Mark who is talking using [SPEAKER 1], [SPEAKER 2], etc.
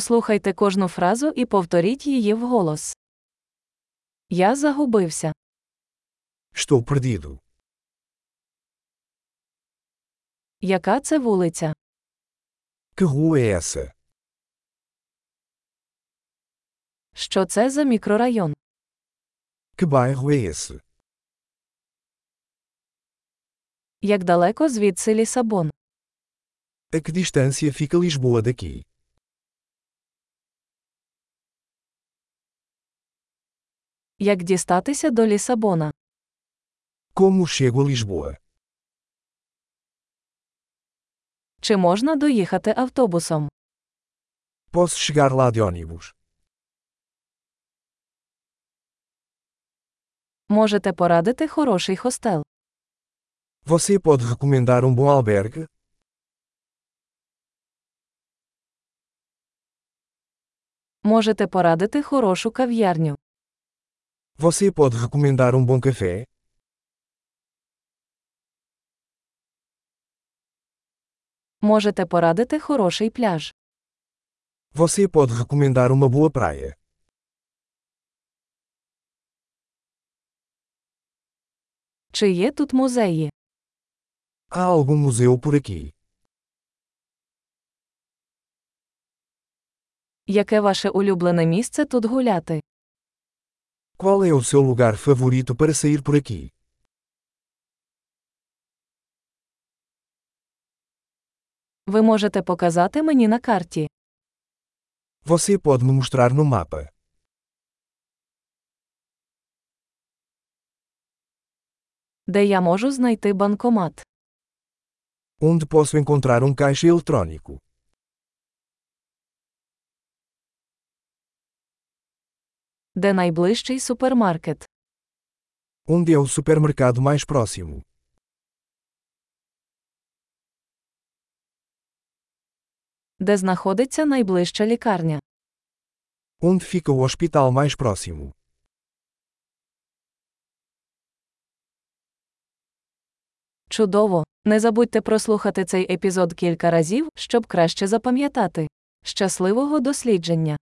[SPEAKER 1] Послухайте кожну фразу і повторіть її вголос. Я загубився.
[SPEAKER 2] Estou perdido.
[SPEAKER 1] Яка це вулиця?
[SPEAKER 2] Que rua é essa?
[SPEAKER 1] Що це за мікрорайон?
[SPEAKER 2] Que bairro é esse?
[SPEAKER 1] Як далеко звідси Лісабон?
[SPEAKER 2] A que distância fica Lisboa daqui?
[SPEAKER 1] Як дістатися до Лісабона?
[SPEAKER 2] Como chego a Lisboa?
[SPEAKER 1] Чи можна доїхати автобусом?
[SPEAKER 2] Posso chegar lá de ônibus?
[SPEAKER 1] Можете порадити хороший хостел.
[SPEAKER 2] Você pode recomendar um bom albergue?
[SPEAKER 1] Можете порадити хорошу кав'ярню.
[SPEAKER 2] Você pode recomendar um bom café?
[SPEAKER 1] Можете порадити хороший пляж.
[SPEAKER 2] Você pode recomendar uma boa praia?
[SPEAKER 1] Чи є тут музеї?
[SPEAKER 2] Há algum museu por aqui?
[SPEAKER 1] Яке ваше улюблене місце тут гуляти?
[SPEAKER 2] Qual é o seu lugar favorito para sair por aqui?
[SPEAKER 1] Ви можете показати мені на карті.
[SPEAKER 2] Você pode me mostrar no mapa.
[SPEAKER 1] Де я можу знайти банкомат?
[SPEAKER 2] Onde posso encontrar um caixa eletrônico?
[SPEAKER 1] Де найближчий супермаркет?
[SPEAKER 2] Onde é o supermercado mais próximo?
[SPEAKER 1] Де знаходиться найближча лікарня?
[SPEAKER 2] Onde fica o hospital mais próximo?
[SPEAKER 1] Чудово! Не забудьте прослухати цей епізод кілька разів, щоб краще запам'ятати. Щасливого дослідження!